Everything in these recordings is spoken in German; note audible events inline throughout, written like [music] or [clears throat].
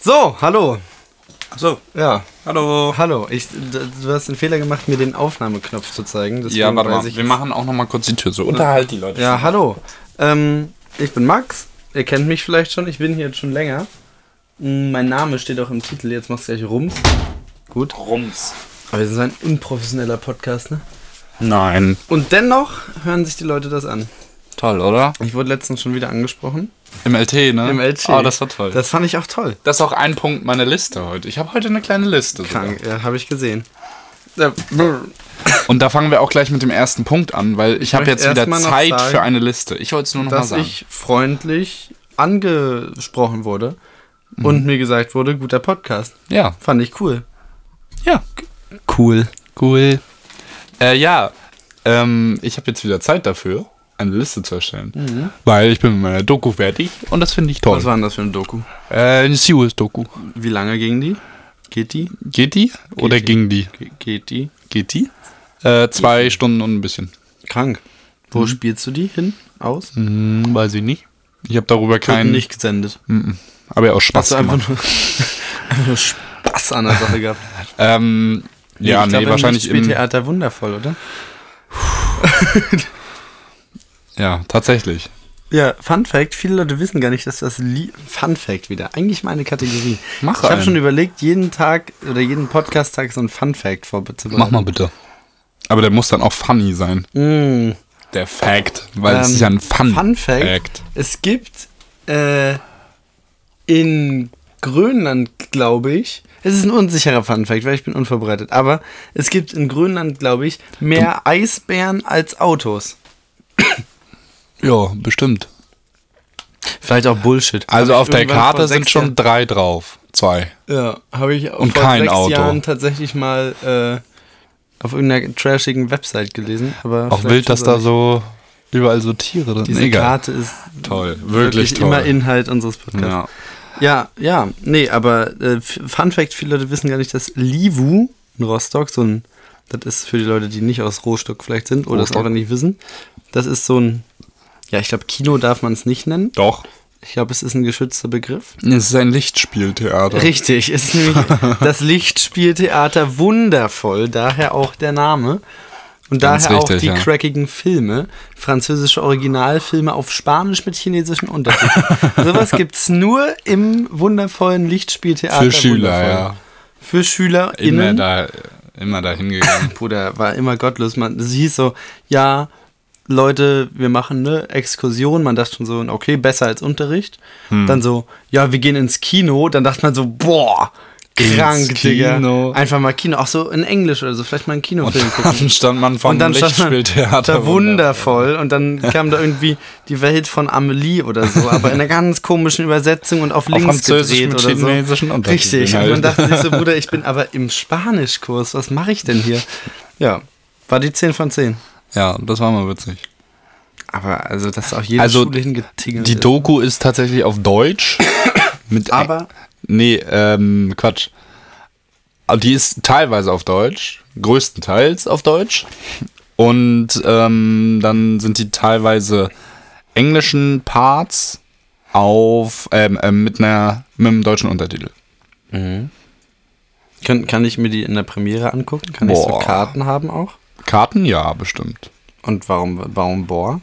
So, hallo. Achso, Ja, hallo. hallo. Ich, d- du hast den Fehler gemacht, mir den Aufnahmeknopf zu zeigen. deswegen Ja, warte weiß mal. ich- Wir machen auch nochmal kurz die Tür so. Unterhalt die Leute. Ja, hallo. Ähm, ich bin Max. Ihr kennt mich vielleicht schon. Ich bin hier jetzt schon länger. Hm, Mein Name steht auch im Titel. Jetzt machst du gleich Rums. Gut. Rums. Aber wir sind so ein unprofessioneller Podcast, ne? Nein. Und dennoch hören sich die Leute das an. Toll, oder? Ich wurde letztens schon wieder angesprochen. Im LT, ne? Im LC. Oh, das war toll. Das, Das fand ich auch toll. ist auch ein Punkt meiner Liste heute. Ich habe heute eine kleine Liste. Sogar. Krank, ja, habe ich gesehen. Äh, brr. Und da fangen wir auch gleich mit dem ersten Punkt an, weil ich, habe möchte jetzt wieder erst mal noch Zeit sagen, für eine Liste. Ich wollte es nur nochmal dass sagen. ich freundlich angesprochen wurde Mhm. und mir gesagt wurde, guter Podcast. ja. Fand ich cool. Ja. Cool. Cool. Äh, ja. Ähm, ich habe jetzt wieder Zeit dafür, eine Liste zu erstellen. Weil ich bin mit meiner Doku fertig und das finde ich toll. Was war denn Mhm. das für ein Doku? Äh, eine Sewis-Doku. Wie lange ging die? Geht die? Geht die? Oder die. ging die? Ge- Geht die? Geht die? Äh, zwei Stunden und ein bisschen. Krank. Wo Mhm. spielst du die hin? Aus? Hm, weiß ich nicht. Ich habe darüber keinen. nicht gesendet. Aber ja, auch Spaß Hast du einfach gemacht. nur, einfach nur [laughs] Spaß an der Sache gehabt? Ähm, ja, ich nee, glaub, im wahrscheinlich im. Theater wundervoll, oder? Ja, tatsächlich. Ja, Fun Fact, viele Leute wissen gar nicht, dass das Lie Fun Fact wieder, eigentlich meine Kategorie. Mach ich habe einen. schon überlegt, jeden Tag oder jeden Podcast-Tag so ein Fun Fact vorzubereiten. Mach mal bitte. Aber der muss dann auch funny sein. Mm. Der Fact. Weil es Ähm, ist ja ein Fun. Fun Fact. Es gibt äh, in Grönland, glaube ich, es ist ein unsicherer Fun Fact, weil ich bin unvorbereitet, aber es gibt in Grönland, glaube ich, mehr Eisbären als Autos. Ja, bestimmt. Vielleicht auch Bullshit. Also Hab auf ich der irgendwann vor Karte sechs sind schon Jahren- drei drauf. Zwei. Ja, habe ich Und vor kein sechs Auto. Jahren tatsächlich mal äh, auf irgendeiner trashigen Website gelesen. Aber Auch vielleicht wild, dass ist da auch so überall so Tiere drin Diese Egal. Karte ist Toll, wirklich, wirklich, toll. immer Inhalt unseres Podcasts. ja. Ja, ja, nee, aber äh, F- Fun Fact, viele Leute wissen gar nicht, dass Livu in Rostock, so ein, das ist für die Leute, die nicht aus Rostock vielleicht sind oder es Rostock. einfach nicht wissen, das ist so ein, ja, ich glaube, Kino darf man es nicht nennen. Doch. Ich glaube, es ist ein geschützter Begriff. Es ist ein Lichtspieltheater. Richtig, es ist [laughs] nämlich das Lichtspieltheater wundervoll, daher auch der Name. Und Ganz daher auch richtig, die ja. crackigen Filme, französische Originalfilme auf Spanisch mit chinesischen [laughs] Untertiteln. Sowas gibt's nur im wundervollen Lichtspieltheater. Für Schüler, wundervoll. ja. Für Immer SchülerInnen. da, immer da hingegangen. Bruder, war immer gottlos. Man es hieß so, ja, Leute, wir machen eine Exkursion. Man dachte schon so, okay, besser als Unterricht. Hm. Dann so, ja, wir gehen ins Kino. Dann dachte man so, boah, Ins krank, Digga. Kino. Einfach mal Kino. Auch so in Englisch oder so, vielleicht mal einen Und [laughs] Kinofilm gucken. dann stand man vom Und dann stand man [laughs] Lichtspieltheater. da wundervoll und dann kam da irgendwie die Welt von Amelie oder so, aber in einer ganz komischen Übersetzung und auf links Französisch gedreht mit oder so. chinesischen Untertiteln Richtig, und halt. man dachte sich [laughs] so, Bruder, ich bin aber im Spanischkurs, was mache ich denn hier? Ja, war die 10 von 10. Ja, das war mal witzig. Aber also, das ist auch jede Also, Schule hingetingelt. Die Doku ist tatsächlich [coughs] auf Deutsch. mit Aber- Nee, ähm, Quatsch. Aber Die ist teilweise auf Deutsch, größtenteils auf Deutsch. Und ähm, dann sind die teilweise englischen Parts auf ähm, ähm, mit einer mit einem deutschen Untertitel. kann, kann ich mir die in der Premiere angucken? Kann ich so Boah. Karten haben auch? Karten ja, bestimmt. Und warum, warum boah?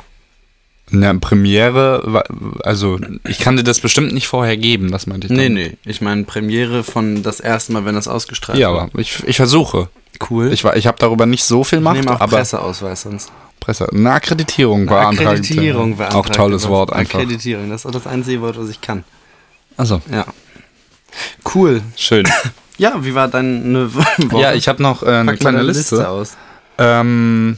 Na, Premiere, wa- also ich kann dir das bestimmt nicht vorher geben, das meinte ich. Nee, damit. nee, ich meine Premiere von das erste Mal, wenn das ausgestrahlt Ja, wird. aber ich, ich versuche. Cool. Ich, wa- ich habe darüber nicht so viel Ich gemacht, nehme auch aber Presseausweis sonst. Presse. Eine Akkreditierung beantragen. Akkreditierung Auch beantragt. genau. tolles aber- Wort einfach. Akkreditierung, das ist auch das einzige Wort, was ich kann. Also Ja. Cool. schön. Ja, wie war deine [laughs] Woche? [laughs] ja, ich habe noch äh, eine Pack mal kleine deine Liste. aus. Ähm,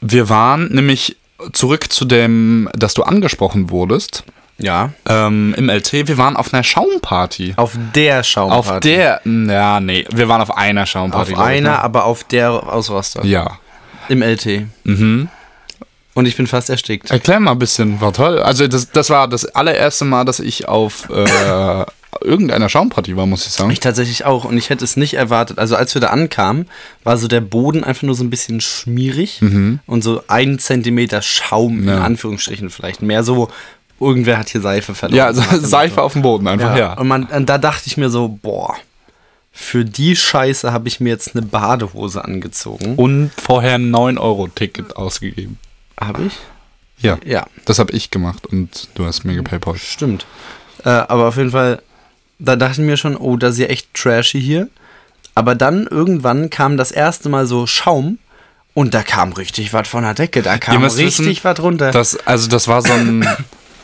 wir waren nämlich zurück zu dem, dass du angesprochen wurdest Ja. ähm, im LT. Wir waren auf einer Schaumparty. Auf der Schaumparty. Auf der, ja, nee, wir waren auf einer Schaumparty. Auf glaub ich, einer, aber auf der aus Rostock. Ne? Ja. Im LT. Mhm. Und ich bin fast erstickt. Erklär mal ein bisschen, war toll. Also das, das war das allererste Mal, dass ich auf äh, irgendeiner Schaumparty war, muss ich sagen. Ich tatsächlich auch und ich hätte es nicht erwartet. Also als wir da ankamen, war so der Boden einfach nur so ein bisschen schmierig und so ein Zentimeter Schaum in Mhm. Ja. Anführungsstrichen vielleicht. Mehr so irgendwer hat hier Seife verloren. Ja, also So nach dem [laughs] Seife auf dem Boden einfach, ja. Ähm, Und, man, und da dachte ich mir so, boah, für die Scheiße habe ich mir jetzt eine Badehose angezogen. Und vorher ein 9-Euro-Ticket ausgegeben. Habe ich? Ja, Ja, das habe ich gemacht und du hast mir gepaypalt. stimmt. Äh, aber auf jeden Fall, da dachte ich mir schon, oh, das ist ja echt trashy hier. Aber dann irgendwann kam das erste Mal so Schaum und da kam richtig was von der Decke. Da Ihr kam müsst richtig wissen, was runter. Das, also das war [coughs] so ein,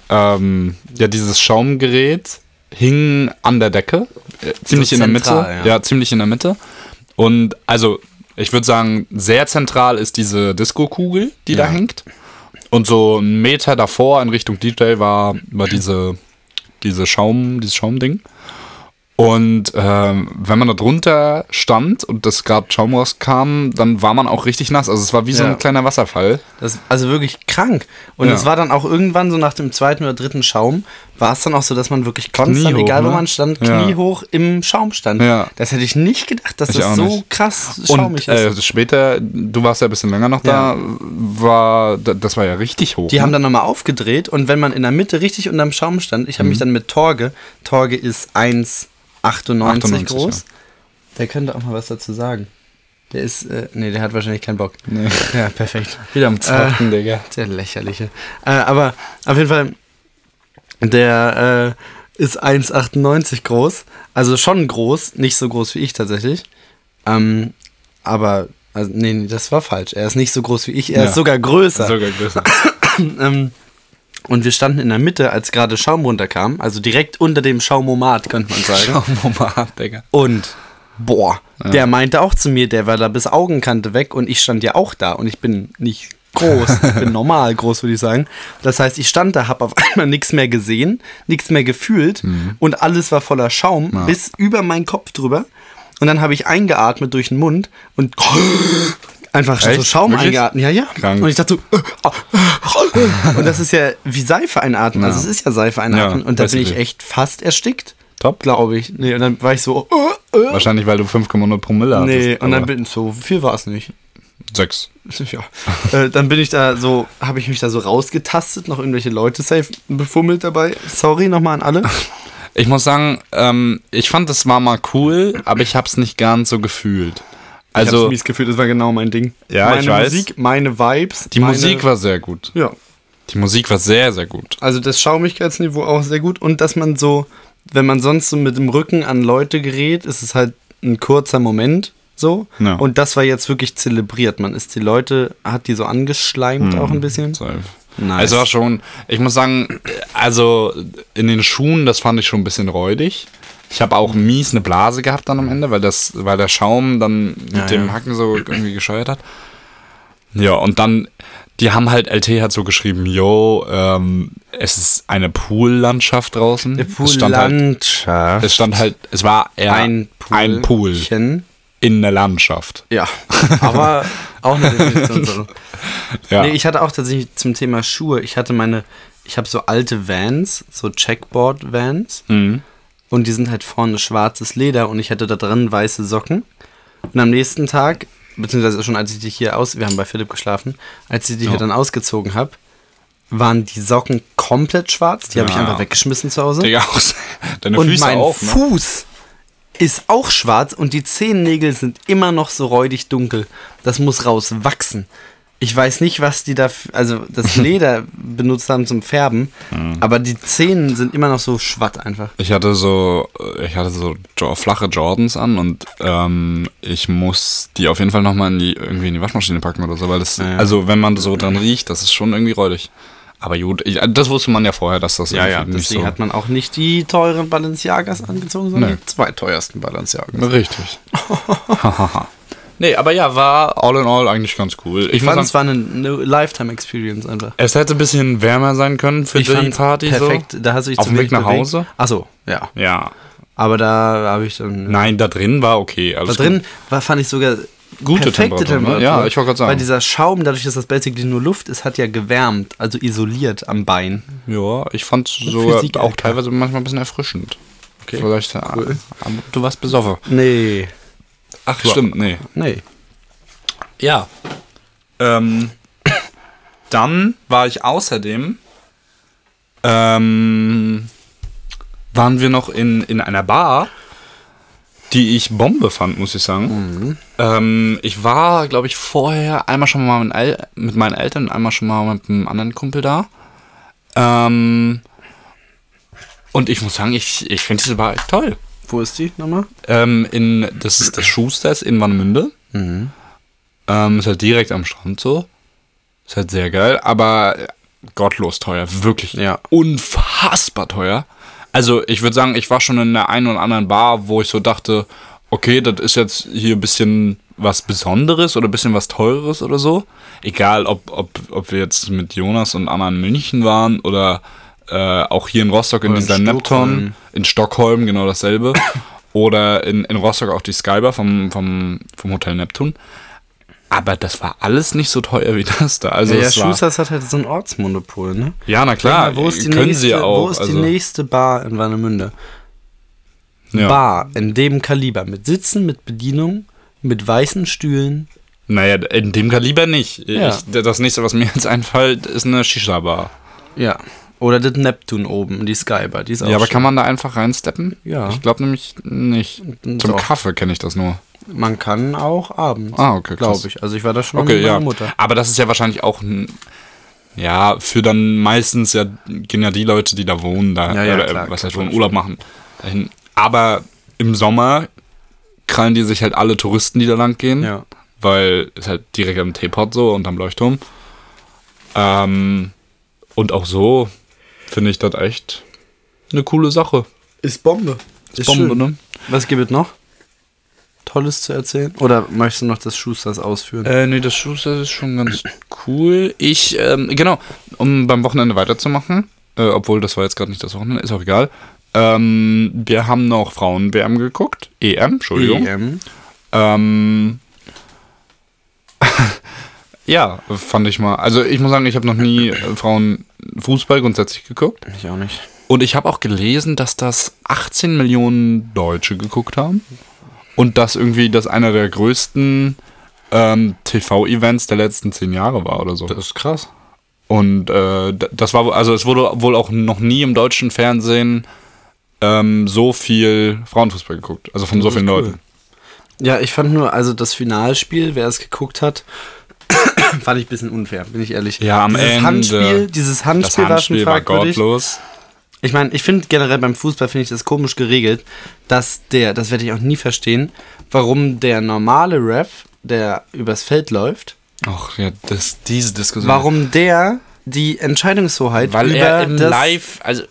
ähm, ja, dieses Schaumgerät hing an der Decke, äh, ziemlich in der Mitte. zentral, Ja. ja. ziemlich in der Mitte. Und also, ich würde sagen, sehr zentral ist diese Disco-Kugel, die da Ja. hängt. Und so einen Meter davor in Richtung DJ war, war diese, diese Schaum, dieses Schaumding. Und ähm, wenn man da drunter stand und das gerade Schaum rauskam, dann war man auch richtig nass. Also es war wie so Ja. ein kleiner Wasserfall. Das, also wirklich krank. Und Ja. es war dann auch irgendwann so nach dem zweiten oder dritten Schaum, war es dann auch so, dass man wirklich konstant, Knie hoch, egal wo ne? man stand, Ja. kniehoch im Schaum stand. Ja. Das hätte ich nicht gedacht, dass Ich auch das so nicht. krass schaumig Und äh, ist. später, du warst ja ein bisschen länger noch da, Ja. war da- das war ja richtig hoch. Die haben ne? dann nochmal aufgedreht und wenn man in der Mitte richtig unterm Schaum stand, ich habe Mhm. mich dann mit Torge, Torge ist 1,98 98, groß, ja. der könnte auch mal was dazu sagen. Der ist, äh, nee, der hat wahrscheinlich keinen Bock. [laughs] Ja, perfekt. Wieder am Zocken, Digga. Der lächerliche. Äh, aber auf jeden Fall, der äh, ist 1,98 groß. Also schon groß, nicht so groß wie ich tatsächlich. Ähm, aber, also, nee, nee, das war falsch. Er ist nicht so groß wie ich, er Ja. ist sogar größer. Sogar größer. Ähm, und wir standen in der Mitte, als gerade Schaum runterkam. Also direkt unter dem Schaumomat, könnte man sagen. Schaumomat, Digga. Und boah, der meinte auch zu mir, der war da bis Augenkante weg und ich stand ja auch da und ich bin nicht [laughs] groß, ich bin normal groß, würde ich sagen. Das heißt, ich stand da, habe auf [laughs] einmal nichts mehr gesehen, nichts mehr gefühlt Mhm. und alles war voller Schaum bis über meinen Kopf drüber. Und dann habe ich eingeatmet durch den Mund und [laughs] einfach so Echt? Schaum Wirklich? eingeatmet. Ja, ja. Krank. Und ich dachte so, [laughs] und das ist ja wie Seife einatmen. Also es ist ja Seife einatmen. Ja, und da bin ich basically. echt fast erstickt. Top. Glaube ich. Nee, und dann war ich so, äh, äh, Wahrscheinlich, weil du 5,0 Promille hattest. Nee, und dann aber bin so viel war es nicht. [laughs] Sechs. Ja. äh, dann bin ich da so, habe ich mich da so rausgetastet, noch irgendwelche Leute safe befummelt dabei. Sorry nochmal an alle. Ich muss sagen, ähm, ich fand, das war mal cool, aber ich hab's nicht ganz so gefühlt. ich Also, hab's mies gefühlt, das war genau mein Ding. Ja, meine ich weiß. Musik, meine Vibes. die meine, Musik war sehr gut. Ja. Die Musik war sehr, sehr gut. Also das Schaumigkeitsniveau auch sehr gut und dass man so, wenn man sonst so mit dem Rücken an Leute gerät, ist es halt ein kurzer Moment so. Ja. Und das war jetzt wirklich zelebriert. Man ist die Leute, hat die so angeschleimt Mhm. auch ein bisschen. Safe. Nice. Es Also war schon, ich muss sagen, also in den Schuhen, das fand ich schon ein bisschen räudig. Ich habe auch mies eine Blase gehabt dann am Ende, weil, das, weil der Schaum dann mit Ja, dem ja. Hacken so irgendwie gescheuert hat. Ja, und dann, die haben halt, LT hat so geschrieben, yo, ähm, es ist eine Poollandschaft draußen. es stand halt, Landschaft. es stand halt, es war eher halt ein Pool. ein Pool in der Landschaft. Ja, aber auch eine Definition. So. Ja, Nee, ich hatte auch tatsächlich zum Thema Schuhe, ich hatte meine, ich habe so alte Vans, so Checkboard-Vans. Mhm. Und die sind halt vorne schwarzes Leder und ich hatte da drin weiße Socken. Und am nächsten Tag, beziehungsweise schon als ich die hier aus, wir haben bei Philipp geschlafen, als ich die hier dann ausgezogen habe, waren die Socken komplett schwarz. Die habe ich Ja. einfach weggeschmissen zu Hause. Digga, [laughs] auch, deine und Füße mein auch, ne? Fuß ist auch schwarz und die Zehennägel sind immer noch so räudig dunkel. Das muss rauswachsen. Ich weiß nicht, was die da, f- also [laughs] das Leder benutzt haben zum Färben, Mhm. aber die Zähne sind immer noch so schwatt einfach. Ich hatte so, ich hatte so jo flache Jordans an und ähm, ich muss die auf jeden Fall nochmal in die, irgendwie in die Waschmaschine packen oder so, weil das, ja. also wenn man so dran riecht, das ist schon irgendwie räudig. Aber gut, ich, äh, das wusste man ja vorher, dass das Ja, ja, irgendwie nicht deswegen so. hat man auch nicht die teuren Balenciagas angezogen, sondern Nee. die zwei teuersten Balenciagas. Richtig. Hahaha. [laughs] nee, aber ja, war all in all eigentlich ganz cool. Ich, Ich muss fand, sagen, es war eine, eine Lifetime-Experience einfach. es hätte ein bisschen wärmer sein können für die fand's Party perfekt. so. Da hast du dich Auf zu dem wenig Weg nach bewegt. Hause? Ach so, ja. Ja. Aber da habe ich dann... Nein, da drin war okay. da Alles drin war, fand ich sogar Gute perfekte Temperatur, ne? Temperatur. Ja, ich wollte gerade sagen. Weil dieser Schaum, dadurch, dass das basically nur Luft ist, hat ja gewärmt, also isoliert am Bein. Gut. Ja, ich fand es sogar Physik, auch Alter. teilweise manchmal ein bisschen erfrischend. Okay. Vielleicht, Cool. ah, aber du warst besoffen. Nee. Ach, Ja. stimmt, nee. Nee. Ja. Ähm, dann war ich außerdem ähm, waren wir noch in, in einer Bar, die ich Bombe fand, muss ich sagen. Ähm, ich war, glaube ich, vorher einmal schon mal mit, Al- mit meinen Eltern und einmal schon mal mit einem anderen Kumpel da. Ähm, und ich muss sagen, ich, ich finde diese Bar echt toll. Wo ist die nochmal? Ähm, in, das ist das Schusters in Warnemünde. Ähm, ist halt direkt am Strand so. Ist halt sehr geil, aber äh, gottlos teuer. Wirklich Ja. unfassbar teuer. Also ich würde sagen, ich war schon in der einen oder anderen Bar, wo ich so dachte, okay, das ist jetzt hier ein bisschen was Besonderes oder ein bisschen was Teureres oder so. Egal, ob, ob, ob wir jetzt mit Jonas und Anna in München waren oder äh, auch hier in Rostock in Oder in dieser Stockholm. Nepton. In Stockholm genau dasselbe. [coughs] Oder in, in Rostock auch die Skybar vom, vom, vom Hotel Neptun. Aber das war alles nicht so teuer wie das da. Also Ja, ja es war, Schusters hat halt so ein Ortsmonopol, ne? ja, na Sag klar, mal, wo ist die können nächste, sie ja auch. Wo ist also, die nächste Bar in Warnemünde? ja. Bar in dem Kaliber. Mit Sitzen, mit Bedienung, mit weißen Stühlen. Naja, in dem Kaliber nicht. Ja. Ich, das nächste, was mir jetzt einfällt, ist eine Shisha-Bar. Ja. Oder das Neptun oben, die Skybar. Die ist auch Ja, aber schön. kann man da einfach reinsteppen? Ja. Ich glaube nämlich nicht. Zum Doch. Kaffee kenne ich das nur. man kann auch abends. Ah, okay, krass. Glaube ich. Also ich war da schon mal Okay, mit meiner ja. Mutter. Aber das ist ja wahrscheinlich auch ein. Ja, für dann meistens ja, gehen ja die Leute, die da wohnen, da, Ja, ja, oder, äh, klar, was klar, heißt wohnen, Urlaub machen, dahin. Aber im Sommer krallen die sich halt alle Touristen, die da lang gehen, Ja. weil es halt direkt am Teepot so und am Leuchtturm. Ähm, und auch so finde ich das echt eine coole Sache. Ist Bombe. Ist Bombe, schön. ne? Was gibt es noch? Tolles zu erzählen? Oder möchtest du noch das Schusters ausführen? Äh, nee, das Schuster ist schon ganz cool. Ich, ähm, genau, um beim Wochenende weiterzumachen, äh, obwohl das war jetzt gerade nicht das Wochenende, ist auch egal. Ähm, wir haben noch Frauen-WM geguckt. EM, Entschuldigung. EM. Ähm, [laughs] ja, fand ich mal. Also ich muss sagen, ich habe noch nie äh, Frauenfußball grundsätzlich geguckt. Ich auch nicht. Und ich habe auch gelesen, dass das 18 Millionen Deutsche geguckt haben. Und dass irgendwie das einer der größten ähm, TV-Events der letzten zehn Jahre war oder so. Das ist krass. Und äh, d- das war, wo- also es wurde wohl auch noch nie im deutschen Fernsehen ähm, so viel Frauenfußball geguckt. Also von so Das ist vielen cool. Leuten. Ja, ich fand nur, also das Finalspiel, wer es geguckt hat, [coughs] fand ich ein bisschen unfair, bin ich ehrlich. Ja, am dieses Ende. Handspiel, dieses Das Handspiel, Handspiel war war schon fragwürdig. gottlos. ich meine, ich finde generell beim Fußball finde ich das komisch geregelt, dass der, das werde ich auch nie verstehen, warum der normale Ref, der übers Feld läuft, Hm. Ach ja, das, diese Diskussion. warum der die Entscheidungshoheit Weil über er im das, Live, also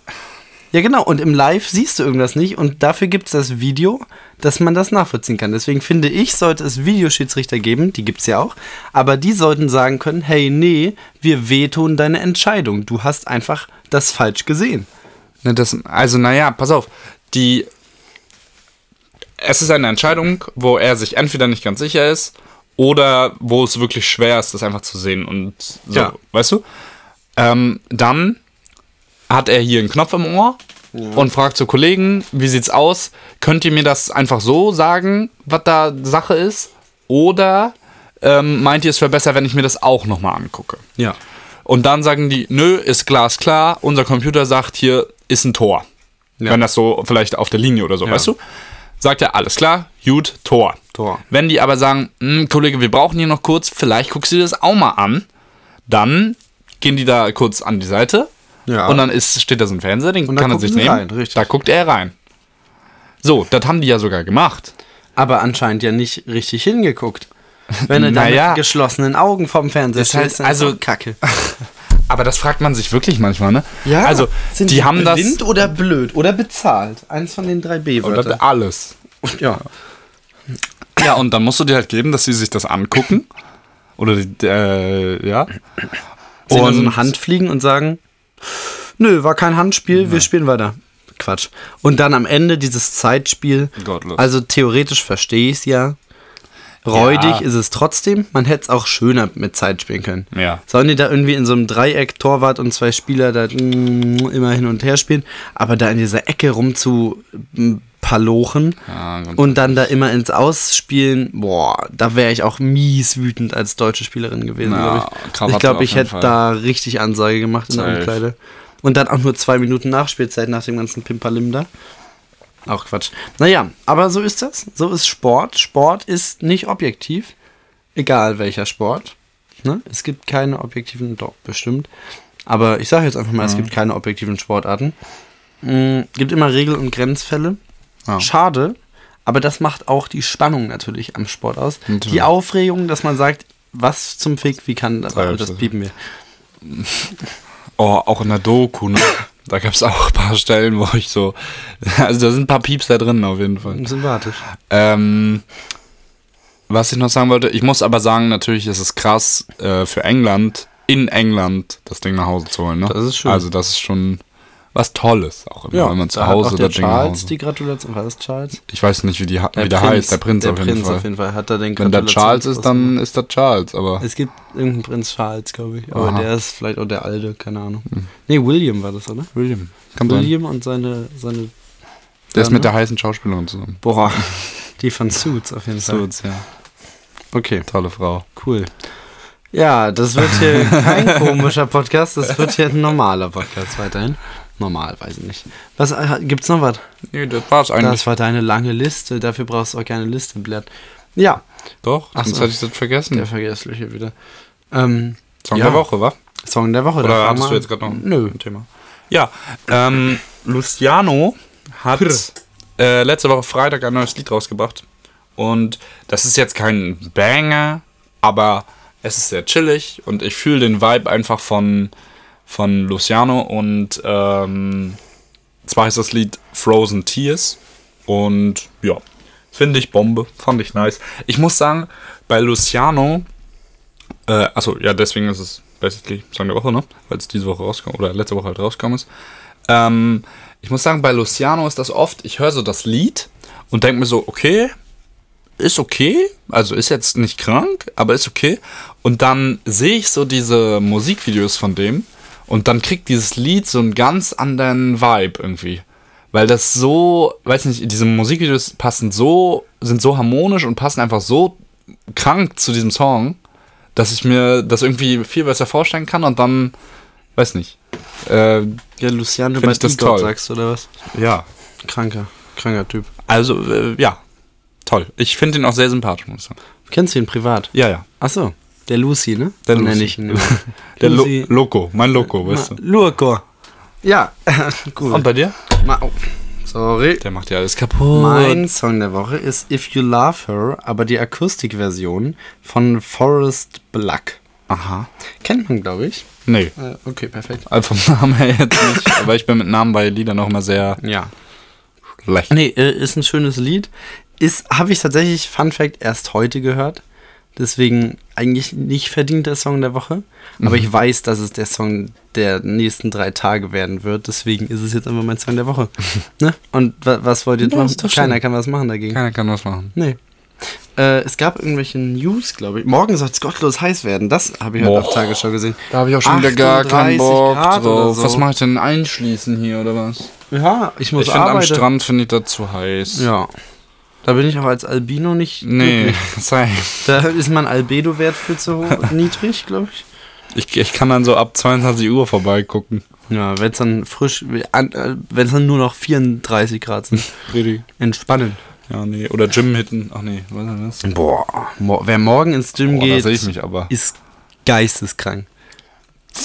Ja, genau. Und im Live siehst du irgendwas nicht. Und dafür gibt es das Video, dass man das nachvollziehen kann. Deswegen finde ich, sollte es Videoschiedsrichter geben, die gibt es ja auch. Aber die sollten sagen können: hey, nee, wir vetoen deine Entscheidung. Du hast einfach das falsch gesehen. Ne, das, also, naja, pass auf. Die. Es ist eine Entscheidung, wo er sich entweder nicht ganz sicher ist oder wo es wirklich schwer ist, das einfach zu sehen. Und so, Ja. weißt du? Ähm, dann hat er hier einen Knopf im Ohr und fragt zu Kollegen, wie sieht's aus? Könnt ihr mir das einfach so sagen, was da Sache ist? Oder ähm, meint ihr, es wäre besser, wenn ich mir das auch nochmal angucke? Ja. Und dann sagen die, nö, ist glasklar, unser Computer sagt hier, ist ein Tor. Wenn das so vielleicht auf der Linie oder so, weißt du? Sagt er, alles klar, gut, Tor. Tor. Wenn die aber sagen, hm, Kollege, wir brauchen hier noch kurz, vielleicht guckst du dir das auch mal an, dann gehen die da kurz an die Seite Ja. und dann ist, steht da so ein Fernseher, den Und dann kann er gucken sich sie nehmen. rein, richtig. Da guckt er rein. So, das haben die ja sogar gemacht. Aber anscheinend ja nicht richtig hingeguckt. Wenn [laughs] du dann Naja. mit geschlossenen Augen vorm Fernseher Das heißt, stehst, dann ist also- doch Kacke. Aber das fragt man sich wirklich manchmal, ne? also Sind die, haben das blind oder blöd oder bezahlt. Eins von den drei B-Wörtern. oder alles. Ja. Ja, und dann musst du dir halt geben, dass sie sich das angucken. Oder die, äh, ja. sehen dann so eine Hand fliegen und sagen, nö, war kein Handspiel, wir spielen weiter. Quatsch. Und dann am Ende dieses Zeitspiel, Gottlos. also theoretisch verstehe ich es ja. Räudig Ja. ist es trotzdem, man hätte es auch schöner mit Zeit spielen können. Ja. Sollen die da irgendwie in so einem Dreieck Torwart und zwei Spieler da mm, immer hin und her spielen, aber da in dieser Ecke rum zu mm, palochen Ja, ganz und dann da immer ins Ausspielen, boah, da wäre ich auch mies wütend als deutsche Spielerin gewesen, Na, glaube ich. Krawatte Ich glaube, auf ich jeden hätte Fall. da richtig Ansage gemacht in der Safe. Umkleide. Und dann auch nur zwei Minuten Nachspielzeit nach dem ganzen Pimpalim da. Auch Quatsch. Naja, aber so ist das. So ist Sport. Sport ist nicht objektiv. Egal welcher Sport. Ne? Es gibt keine objektiven, doch, bestimmt. Aber ich sage jetzt einfach Mhm. mal, es gibt keine objektiven Sportarten. Mhm, gibt immer Regel- und Grenzfälle. Ja. Schade, aber das macht auch die Spannung natürlich am Sport aus. Die Aufregung, dass man sagt, was zum Fick, wie kann das? Ja, Das das- piepen wir. Oh, auch in der Doku, ne? Da gab es auch ein paar Stellen, wo ich so. [laughs] Also da sind ein paar Pieps da drin auf jeden Fall. Sympathisch. Ähm, was ich noch sagen wollte, ich muss aber sagen, natürlich ist es krass äh, für England, in England das Ding nach Hause zu holen. Ne? Das ist schön. Also das ist schon was Tolles, auch immer, wenn man zu da hat Hause auch der das Ding nach Charles Hause. die Gratulation. War das Charles? Ich weiß nicht, wie, die, ha- wie der heißt, der Prinz, der auf, jeden Prinz Fall. auf jeden Fall. Hat er den Wenn der Charles ist, dann Gratulations- ist der Charles, aber Es gibt irgendeinen Prinz Charles, glaube ich. Aber Aha. der ist vielleicht auch der Alte, keine Ahnung. Nee, William war das, oder? William. Kann sein. William und seine, seine. Der ist Ja, mit ne? der heißen Schauspielerin zusammen. [laughs] Boah. Die von Suits auf jeden Fall. Suits, ja. Okay, Tolle Frau. cool. Ja, das wird hier kein [laughs] komischer Podcast, das wird hier ein normaler Podcast weiterhin. Normal, weiß ich nicht. Was äh, gibt's noch was? Nee, das war's Das war deine lange Liste, dafür brauchst du auch keine Liste, Blatt. Ja, Doch, Ach sonst so. hatte ich das vergessen. der Vergessliche wieder. Ähm, Song Ja. der Woche, wa? Song der Woche. Oder da fangen hattest du wir jetzt gerade noch an. ein Nö. Thema? Ja, ähm, Luciano hat äh, letzte Woche Freitag ein neues Lied rausgebracht. Und das ist jetzt kein Banger, aber es ist sehr chillig und ich fühle den Vibe einfach von, von Luciano. Und ähm, zwar heißt das Lied Frozen Tears. Und ja, finde ich Bombe, fand ich nice. Ich muss sagen, bei Luciano äh, achso, ja, deswegen ist es basically Song der Woche, ne? Weil es diese Woche rauskam, oder letzte Woche halt rausgekommen ist. Ähm, ich muss sagen, bei Luciano ist das oft, ich höre so das Lied und denke mir so, okay, ist okay, also ist jetzt nicht krank, aber ist okay. Und dann sehe ich so diese Musikvideos von dem und dann kriegt dieses Lied so einen ganz anderen Vibe irgendwie. Weil das so, weiß nicht, diese Musikvideos passen so, sind so harmonisch und passen einfach so krank zu diesem Song, dass ich mir das irgendwie viel besser vorstellen kann und dann, weiß nicht. Äh, Ja, Luciano Find bei ich das Igor, toll. sagst du, oder was? ja. Kranker, kranker Typ. Also, äh, ja. Toll. Ich finde ihn auch sehr sympathisch, muss ich sagen. Kennst du ihn privat? Ja, ja. Ach so, der Lucy, ne? Der So Lucy. nenne ich [laughs] ihn. immer. Der Lo Lucy- Loco, mein Loco, weißt Ma- du. Lurko. Ja, [laughs] gut. bei dir? Ma- oh. Sorry. Der macht ja alles kaputt. Mein Song der Woche ist If You Love Her, aber die Akustikversion von Forrest Black. Aha. Kennt man, glaube ich. Nee. Äh, okay, perfekt. Also vom [laughs] Namen her jetzt nicht, aber ich bin mit Namen bei Liedern auch immer sehr Ja. schlecht. Nee, äh, ist ein schönes Lied. Ist, habe ich tatsächlich, Fun Fact, erst heute gehört. Deswegen eigentlich nicht verdient der Song der Woche. Aber Mhm. ich weiß, dass es der Song der nächsten drei Tage werden wird. Deswegen ist es jetzt einfach mein Song der [laughs] Woche. ne? Und wa was wollt ihr jetzt Ja, machen? ist doch Keiner schön. kann was machen dagegen. Keiner kann was machen. Nee. Äh, es gab irgendwelche News, glaube ich. Morgen soll es gottlos heiß werden. Das habe ich heute Boah. auf Tagesschau gesehen. Da habe ich auch schon wieder gar 38 keinen Bock Grad oder drauf. so. Was mache ich denn einschließen hier oder was? Ja, ich muss Ich finde am arbeiten. Strand finde ich das zu heiß. Ja. Da bin ich auch als Albino nicht. Nee, [laughs] glücklich. sei. Da ist mein Albedo-Wert für zu [laughs] hoch, niedrig, glaube ich. Ich, ich kann dann so ab 22 Uhr vorbeigucken. Ja, wenn es dann frisch, wenn es dann nur noch 34 Grad sind. Richtig. Entspannend. Ja, nee. Oder Gym hitten. Ach nee, was ist denn das? Boah, mo wer morgen ins Gym Boah, da geht, sehe ich mich aber. ist geisteskrank.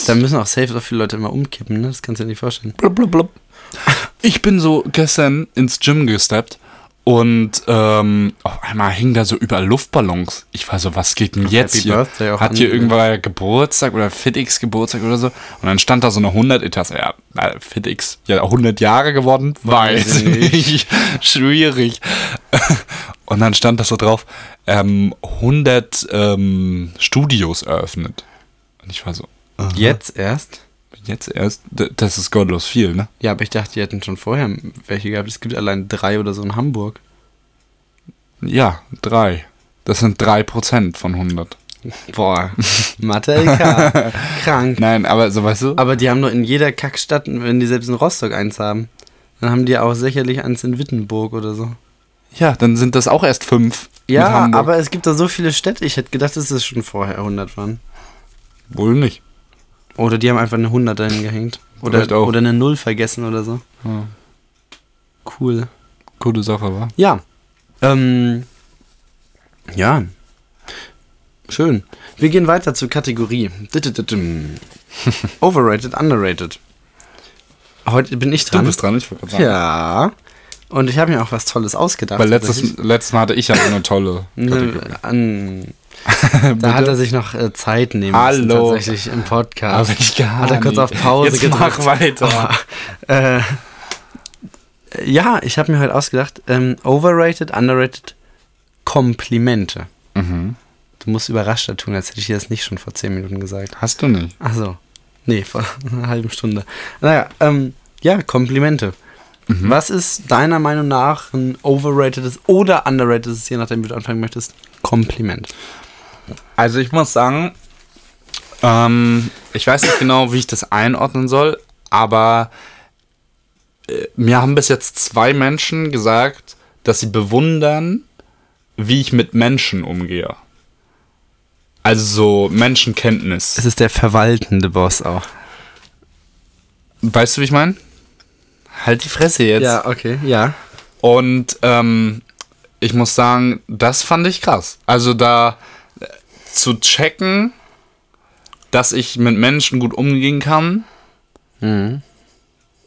Da müssen auch safe so viele Leute immer umkippen, ne? Das kannst du dir nicht vorstellen. blub, blub, blub. Ich bin so gestern ins Gym gesteppt und ähm, auf einmal hingen da so überall Luftballons. Ich war so, was geht denn jetzt Happy hier? Birthday auch an- Hat hier irgendwer Geburtstag oder FitX Geburtstag oder so? Und dann stand da so eine 100 Etage. Ja, äh, FitX, ja 100 Jahre geworden? Weiß ich nicht. nicht. [laughs] Schwierig. Und dann stand das so drauf, ähm, 100 ähm, Studios eröffnet. Und ich war so, äh, Jetzt erst? jetzt erst, D- das ist gottlos viel, ne? Ja, aber ich dachte, die hätten schon vorher welche gehabt. Es gibt allein drei oder so in Hamburg. Ja, drei. Das sind drei Prozent von 100. [laughs] Boah, Mathe LK. Krank. Nein, aber so weißt du? Aber die haben doch in jeder Kackstadt, wenn die selbst in Rostock eins haben, dann haben die auch sicherlich eins in Wittenburg oder so. Ja, dann sind das auch erst fünf. mit Ja, Hamburg. aber es gibt da so viele Städte. Ich hätte gedacht, dass es schon vorher 100 waren. Wohl nicht. Oder die haben einfach eine 100 dahin gehängt. Vielleicht Oder, auch. oder eine Null vergessen oder so. Ja. Cool. Coole Sache, wa? Ja. Ähm, ja. Schön. Wir gehen weiter zur Kategorie. Dittitittim. [laughs] Overrated, underrated. Heute bin ich dran. dran, ich wollte gerade sagen. Ja. Und ich habe mir auch was Tolles ausgedacht. Weil letztes, tatsächlich. letztes Mal hatte ich ja so eine tolle Kategorie. Ne, [laughs] an, da hat er sich noch äh, Zeit nehmen Hallo. Ah, müssen, tatsächlich im Podcast. [laughs] Aber ich gar hat er kurz nicht. auf Pause Jetzt mach weiter. Oh, äh, ja, ich habe mir heute ausgedacht, ähm, overrated, underrated, Komplimente. Mhm. Du musst überraschter tun, als hätte ich dir das nicht schon vor 10 Minuten gesagt. Hast du nicht. Ach so. Nee, vor [laughs] einer halben Stunde. Naja, ähm, ja, Komplimente. Was ist deiner Meinung nach ein overratedes oder underratedes, je nachdem, wie du anfangen möchtest, Kompliment? Also ich muss sagen, ähm, ich weiß nicht genau, wie ich das einordnen soll, aber äh, mir haben bis jetzt zwei Menschen gesagt, dass sie bewundern, wie ich mit Menschen umgehe. Also so Menschenkenntnis. Es ist der verwaltende Boss auch. Weißt du, wie ich meine? Halt die Fresse jetzt. Ja, okay, ja. Und ähm, ich muss sagen, das fand ich krass. Also da äh, zu checken, dass ich mit Menschen gut umgehen kann, Mhm.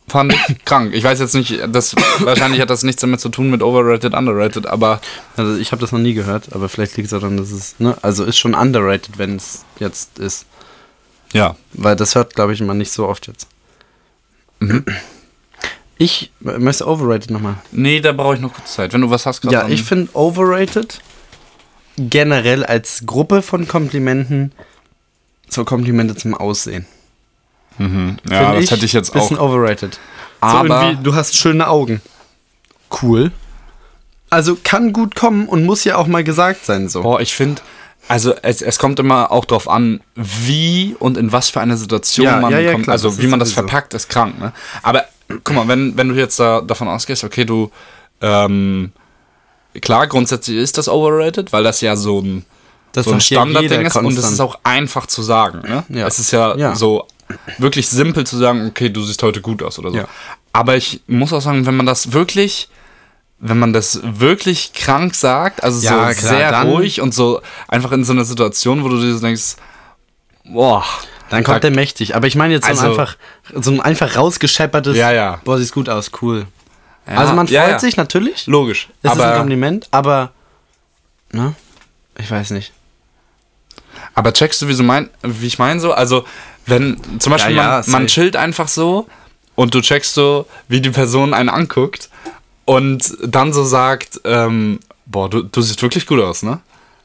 fand [laughs] ich krank. Ich weiß jetzt nicht, das, wahrscheinlich hat das nichts damit zu tun mit overrated, underrated, aber Also ich habe das noch nie gehört, aber vielleicht liegt es daran, dass es, ne, also ist schon underrated, wenn es jetzt ist. ja. Weil das hört, glaube ich, man nicht so oft jetzt. Mhm. Ich äh, möchte overrated nochmal. Nee, da brauche ich noch kurz Zeit. Wenn du was hast, gerade Ja, an- ich finde overrated generell als Gruppe von Komplimenten so Komplimente zum Aussehen. ja, Find das hätte ich jetzt auch. bisschen overrated. Aber- so irgendwie, du hast schöne Augen. Cool. Also kann gut kommen und muss ja auch mal gesagt sein so. Boah, ich finde, also es, es kommt immer auch drauf an, wie und in was für eine Situation Ja, man ja, ja, kommt. klar, also das wie ist man das sowieso. verpackt, ist krank. Ne? Aber guck mal, wenn, wenn du jetzt da, davon ausgehst, okay, du, ähm, klar, grundsätzlich ist das overrated, weil das ja so ein, Das so ein sagt ja Standardding jeder ist und es konstant. ist auch einfach zu sagen. Ne? Ja. Es ist ja, Ja. so wirklich simpel zu sagen, okay, du siehst heute gut aus oder so. Ja. Aber ich muss auch sagen, wenn man das wirklich wenn man das wirklich krank sagt, also Ja, so klar, sehr dann- ruhig und so einfach in so einer Situation, wo du dir so denkst, boah, Dann kommt da- der mächtig. Aber ich meine jetzt so, Also- ein einfach, so ein einfach rausgescheppertes, Ja, ja. boah, sieht's gut aus, cool. Ja, also man freut ja, ja. sich natürlich. Logisch. Es ist ein aber, Kompliment, aber. Ne? Ich weiß nicht. aber checkst du, wie, so mein, wie ich meine so? Also, wenn zum Beispiel Ja, ja, man, safe. man chillt einfach so und du checkst so, wie die Person einen anguckt und dann so sagt, ähm, boah, du, du siehst wirklich gut aus, ne?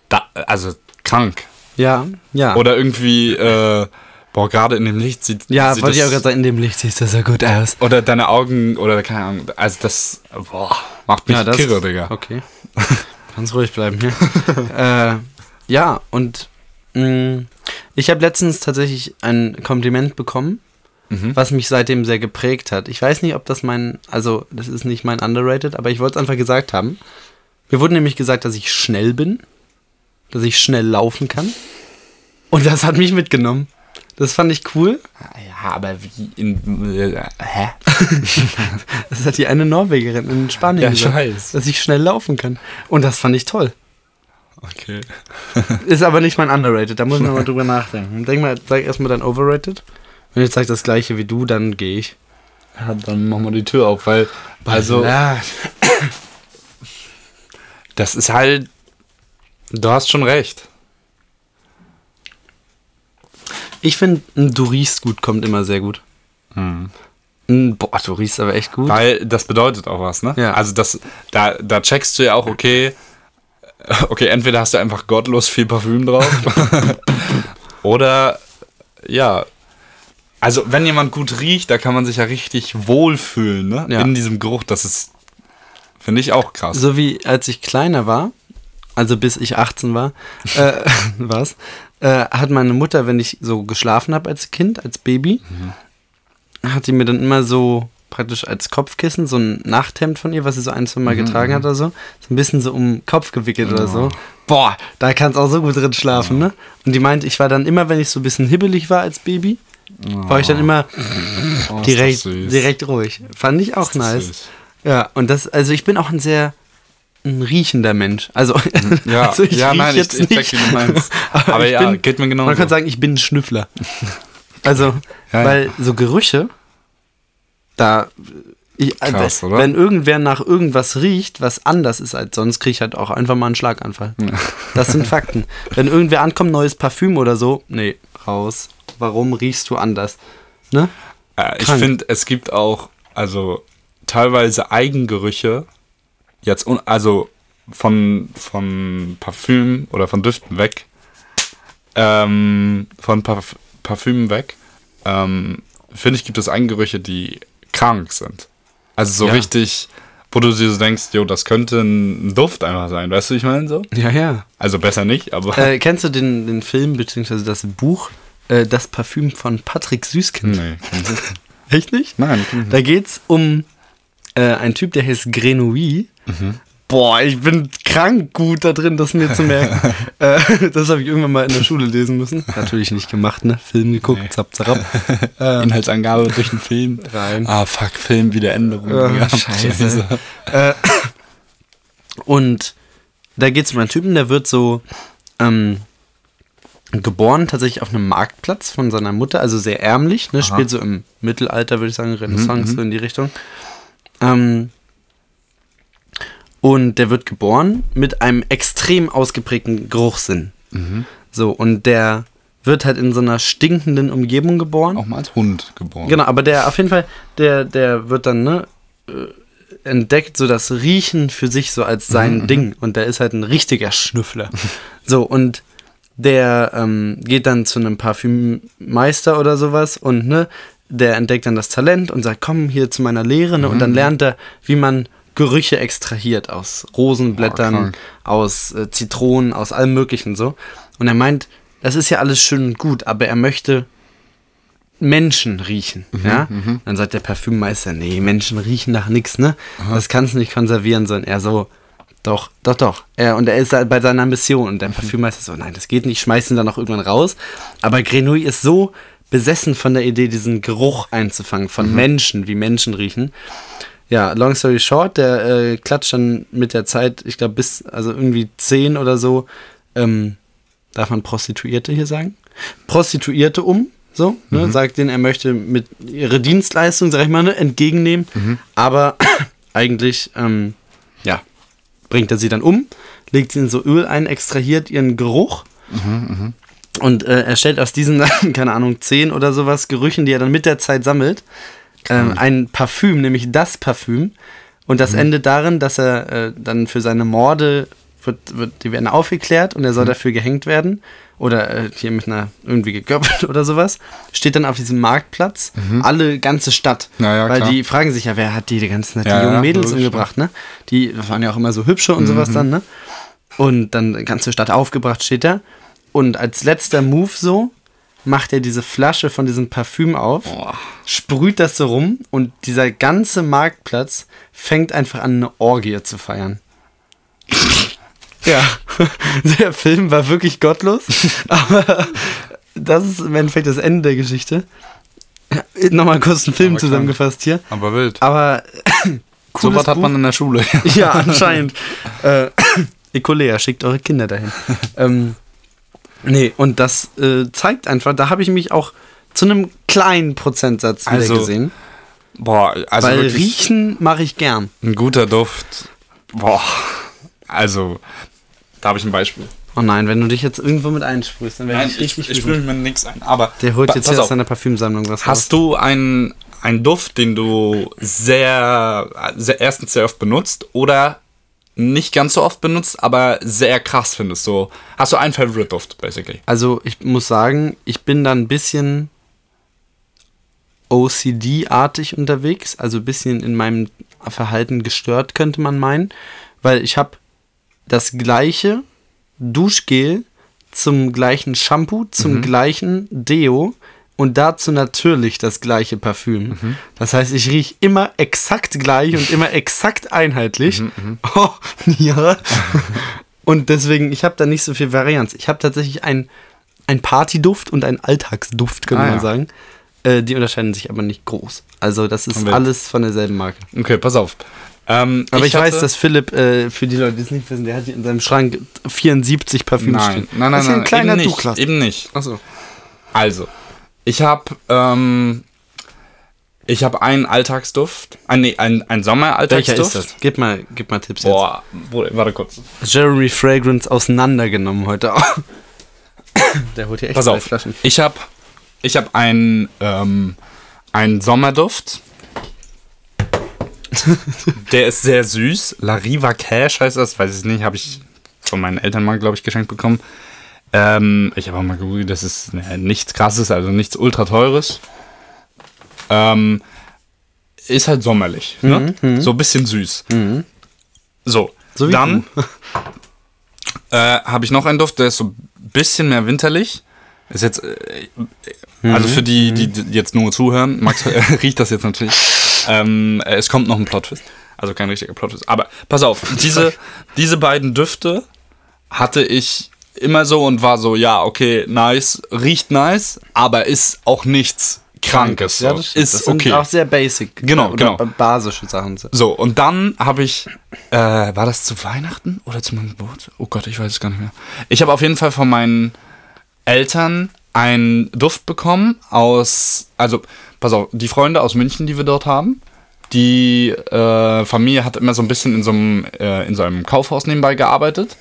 Da, also krank. Ja, ja. Oder irgendwie, äh, boah, gerade in dem Licht sieht ja, sieht wollte ich auch das- gerade sagen, in dem Licht siehst du so gut aus. Oder deine Augen oder keine Ahnung. Also das boah, macht mich kirre, Digga. [laughs] Okay. Ganz ruhig bleiben hier. äh, ja, und mh, ich habe letztens tatsächlich ein Kompliment bekommen, Mhm. was mich seitdem sehr geprägt hat. Ich weiß nicht, ob das mein, also das ist nicht mein underrated, aber ich wollte es einfach gesagt haben. Mir wurde nämlich gesagt, dass ich schnell bin, dass ich schnell laufen kann. Und das hat mich mitgenommen. Das fand ich cool. Ja, aber wie in äh, hä? Das hat die eine Norwegerin in Spanien [laughs] Ja, ich gesagt, weiß. dass ich schnell laufen kann. Und das fand ich toll. Okay. Ist aber nicht mein underrated, da muss man mal drüber nachdenken. Denk mal, sag erstmal dann overrated. Wenn ich sag das gleiche wie du, dann gehe ich. Ja, dann machen wir die Tür auf, weil also ja, das ist halt du hast schon recht. ich finde, ein du riechst gut kommt immer sehr gut. Ein, boah, du riechst aber echt gut. Weil das bedeutet auch was, ne? Ja. Also das da da checkst du ja auch okay, [laughs] okay, entweder hast du einfach gottlos viel Parfüm drauf oder ja, also wenn jemand gut riecht, da kann man sich ja richtig wohlfühlen, ne? Ja. In diesem Geruch, das ist finde ich auch krass. So wie als ich kleiner war, also bis ich 18 war, äh, [laughs] was, äh, hat meine Mutter, wenn ich so geschlafen habe als Kind, als Baby, hat die mir dann immer so praktisch als Kopfkissen so ein Nachthemd von ihr, was sie so ein, zwei Mal getragen hat oder so, so ein bisschen so um den Kopf gewickelt oder so. Boah, da kannst auch so gut drin schlafen, ne? Und die meint, ich war dann immer, wenn ich so ein bisschen hibbelig war als Baby, War ich dann immer Oh, ist direkt, das süß. direkt ruhig. Fand ich auch Ist das nice. süß. Ja, und das, also ich bin auch ein sehr ein riechender Mensch. Also, Hm, [laughs] Ja, also ich ja riech nein, ich, jetzt ich check, nicht. wie [laughs] du meinst. Aber, ich ja, bin- geht mir genau Man kann sagen, ich bin ein [laughs] Schnüffler. Also, Ja, ja. weil so Gerüche, da. Ich, Krass, wenn, oder? wenn irgendwer nach irgendwas riecht, was anders ist als sonst, kriege ich halt auch einfach mal einen Schlaganfall. Das sind Fakten. [laughs] Wenn irgendwer ankommt, neues Parfüm oder so, nee, raus. Warum riechst du anders? Ne? Äh, ich Krank. finde, es gibt auch also teilweise Eigengerüche jetzt un also von von Parfüm oder von Düften weg, ähm, von Parf Parfümen weg. Ähm, finde ich, gibt es Eigengerüche, die krank sind. Also so Ja. richtig, wo du dir so denkst, jo, das könnte ein Duft einfach sein. Weißt du, wie ich meine so? Ja, ja. Also besser nicht, aber Äh, kennst du den, den Film bzw. das Buch äh, Das Parfüm von Patrick Süßkind? [laughs] nee. Echt nicht? Nein. Da geht's um äh, einen Typ, der heißt Grenouille. Boah, ich bin krank gut da drin, das mir zu [laughs] merken. äh, das habe ich irgendwann mal in der Schule lesen müssen. Natürlich nicht gemacht, ne? Film geguckt, zapp, zapp. Inhaltsangabe durch den Film. [laughs] Rein. Ah, fuck, Film, wieder Änderungen. Ja, scheiße. Und da geht's um einen Typen, der wird so ähm, geboren, tatsächlich auf einem Marktplatz von seiner Mutter, also sehr ärmlich, ne? spielt so im Mittelalter, würde ich sagen, Renaissance, so in die Richtung. Ähm, und der wird geboren mit einem extrem ausgeprägten Geruchssinn. So, und der wird halt in so einer stinkenden Umgebung geboren. Auch mal als Hund geboren. Genau, aber der auf jeden Fall, der, der wird dann, ne, äh, entdeckt so das Riechen für sich so als sein Ding. Und der ist halt ein richtiger Schnüffler. so, und der ähm, geht dann zu einem Parfümmeister oder sowas und, ne, der entdeckt dann das Talent und sagt, komm hier zu meiner Lehre, ne, und dann lernt er, wie man Gerüche extrahiert aus Boah, Rosenblättern, krank. aus äh, Zitronen, aus allem Möglichen so. Und er meint, das ist ja alles schön und gut, aber er möchte Menschen riechen. ja? Dann sagt der Parfümmeister, nee, Menschen riechen nach nichts, ne? Das kannst du nicht konservieren, sondern er so, doch, doch, doch. Er, und er ist halt bei seiner Mission. Und der Parfümmeister so, nein, das geht nicht, schmeißen ihn dann auch irgendwann raus. Aber Grenouille ist so besessen von der Idee, diesen Geruch einzufangen, von Menschen, wie Menschen riechen. Ja, long story short, der äh, klatscht dann mit der Zeit, ich glaube bis, also irgendwie 10 oder so, ähm, darf man Prostituierte hier sagen? Prostituierte um, so, ne, sagt denen, er möchte mit ihre Dienstleistung, sag ich mal, ne, entgegennehmen, aber [clears throat] eigentlich, ähm, ja, bringt er sie dann um, legt sie in so Öl ein, extrahiert ihren Geruch und äh, erstellt aus diesen, [laughs] keine Ahnung, 10 oder sowas Gerüchen, die er dann mit der Zeit sammelt, ähm, ein Parfüm, nämlich das Parfüm. Und Mhm. das endet darin, dass er äh, dann für seine Morde wird, wird, die werden aufgeklärt und er Mhm. soll dafür gehängt werden. Oder äh, hier mit einer irgendwie geköpft [laughs] oder sowas. Steht dann auf diesem Marktplatz alle ganze Stadt. Na Mhm. ja, weil klar. die fragen sich ja, wer hat die, die ganzen die Ja, jungen ja, Mhm. Mädels logisch, umgebracht, ne? Die waren ja auch immer so hübsche und sowas dann, ne? Und dann die ganze Stadt aufgebracht steht da. Und als letzter Move so macht er diese Flasche von diesem Parfüm auf, Oh. sprüht das so rum und dieser ganze Marktplatz fängt einfach an, eine Orgie zu [laughs] feiern. ja, [laughs] der Film war wirklich [laughs] gottlos, aber das ist im Endeffekt das Ende der Geschichte. Nochmal kurz einen Film Aber krank. zusammengefasst hier. Aber wild. Aber So cooles was hat Buch. man in der [laughs] Schule. [laughs] ja, anscheinend. äh, [coughs] Ecolea, schickt eure Kinder dahin. [laughs] ähm, nee, und das äh, zeigt einfach, da habe ich mich auch zu einem kleinen Prozentsatz wieder Also, gesehen. Boah, also Weil wirklich riechen mache ich gern. ein guter Duft. Boah, also da habe ich ein Beispiel. Oh nein, wenn du dich jetzt irgendwo mit einsprühst, dann werde ich richtig wütend. mir nichts ein. Aber Der holt jetzt hier aus auf, seiner Parfümsammlung was raus. Hast du einen, einen Duft, den du sehr, sehr erstens sehr oft benutzt oder nicht ganz so oft benutzt, aber sehr krass findest? So, hast du einen Favorite Duft basically? Also ich muss sagen, ich bin da ein bisschen OCD-artig unterwegs, also ein bisschen in meinem Verhalten gestört, könnte man meinen, weil ich habe das gleiche Duschgel zum gleichen Shampoo, zum Mhm. gleichen Deo und dazu natürlich das gleiche Parfüm. Mhm. Das heißt, ich rieche immer exakt gleich und immer exakt einheitlich. Mhm, [laughs] Oh, ja. Und deswegen, ich habe da nicht so viel Varianz. Ich habe tatsächlich ein ein Partyduft und ein Alltagsduft, könnte Ah, man ja. sagen. Äh, die unterscheiden sich aber nicht groß. Also das ist Moment. alles von derselben Marke. Okay, pass auf. Ähm, Aber ich, weiß, hatte- dass Philipp, äh, für die Leute, die es nicht wissen, der hat hier in seinem Schrank 74 Parfüms Nein, stehen. nein, nein, das ist nein, ein kleiner eben nicht, Douglas. Eben nicht. Achso. Also, ich habe ähm, ich habe einen Alltagsduft, ein, nee, ein, ein Sommeralltagsduft. Welcher ist das? Gib mal, gib mal Tipps Boah, Bruder, warte kurz. jetzt. Jeremy Fragrance auseinandergenommen heute. der holt hier echt Pass zwei auf. Flaschen. Ich habe ich hab einen, ähm, [laughs] einen Sommerduft. Der ist sehr süß. Lariva Cash heißt das, weiß ich nicht, habe ich von meinen Eltern mal, glaube ich, geschenkt bekommen. Ähm, ich habe auch mal gegoogelt, das ist äh, nichts krasses, also nichts ultra teures. Ähm, ist halt sommerlich, ne? So ein bisschen süß. So, Mhm, So wie dann [laughs] äh, habe ich noch einen Duft, der ist so ein bisschen mehr winterlich. Ist jetzt, äh, äh, also für die, Mhm. die d- jetzt nur zuhören, Max [laughs] riecht das jetzt natürlich. Ähm, äh, es kommt noch ein Plot-Twist. Also kein richtiger Plot-Twist. Aber pass [laughs] auf, diese, diese beiden Düfte hatte ich immer so und war so, ja, okay, nice, riecht nice, aber ist auch nichts Krankes. So. Ja, das stimmt. ist das sind okay. auch sehr basic. Genau, oder genau. Basische Sachen. sind. So, und dann habe ich, äh, war das zu Weihnachten oder zu meinem Geburt? Oh Gott, ich weiß es gar nicht mehr. Ich habe auf jeden Fall von meinen Eltern einen Duft bekommen aus, also, pass auf, die Freunde aus München, die wir dort haben, die äh, Familie hat immer so ein bisschen in so einem, äh, in so einem Kaufhaus nebenbei gearbeitet.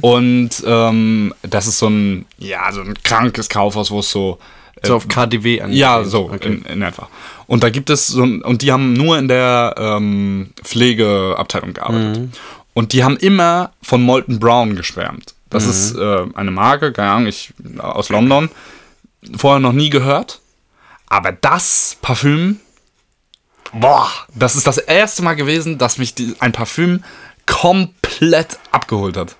Und ähm, das ist so ein, ja, so ein krankes Kaufhaus, wo es so... äh, So auf KDW angelegt. ja, so Okay. in, in etwa. Und da gibt es so ein, und die haben nur in der ähm, Pflegeabteilung gearbeitet. Mhm. Und die haben immer von Molton Brown geschwärmt. Mhm. Das ist äh, eine Marke, keine Ahnung, ich aus London, vorher noch nie gehört. Aber das Parfüm, boah, das ist das erste Mal gewesen, dass mich die, ein Parfüm komplett abgeholt hat.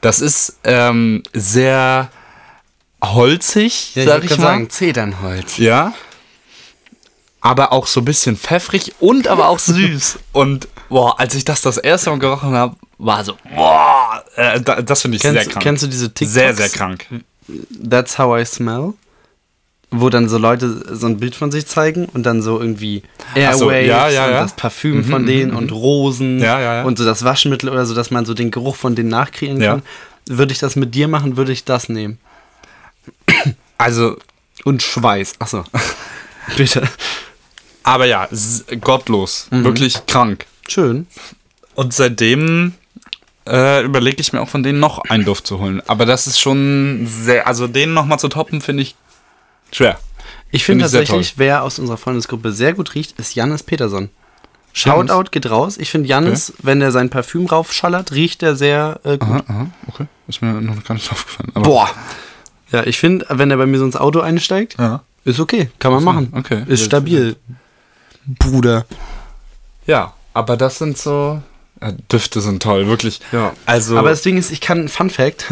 Das ist ähm, sehr holzig, Ja, ich sag würde ich, mal. sagen, Zedernholz. Ja. Aber auch so ein bisschen pfeffrig und aber auch süß. [laughs] und boah, als ich das das erste Mal gerochen habe, war so, boah, äh, da- das finde ich Kennst, sehr krank. kennst du diese TikToks? sehr, sehr krank. That's how I smell. Wo dann so Leute so ein Bild von sich zeigen und dann so irgendwie Airwaves so, ja, ja, und ja. Mhm, das Parfüm von denen und Rosen Ja, ja, ja. und so das Waschmittel oder so, dass man so den Geruch von denen nachkriegen Ja. kann. Würde ich das mit dir machen, würde ich das nehmen. Also, Und Schweiß. [laughs] Achso. Bitte. aber ja, s- gottlos. Wirklich krank. Schön. Und seitdem äh, überlege ich mir auch von denen noch einen Duft zu holen. Aber das ist schon sehr, also den nochmal zu toppen, finde ich schwer. Ich finde Finde ich sehr tatsächlich, wer aus unserer Freundesgruppe sehr gut riecht, ist Jannis Peterson. Jannis? Shoutout geht raus. Ich finde, Jannis, wenn er sein Parfüm raufschallert, riecht er sehr äh, gut. Aha, aha, okay. Ist mir noch gar nicht aufgefallen. Aber Boah. Ja, ich finde, wenn er bei mir so ins Auto einsteigt, Ja. ist okay. Kann man machen. okay. Ist stabil. Bruder. Ja, aber das sind so. äh, Düfte sind toll, wirklich. Ja. Also, Aber das Ding ist, ich kann, Fun Fact.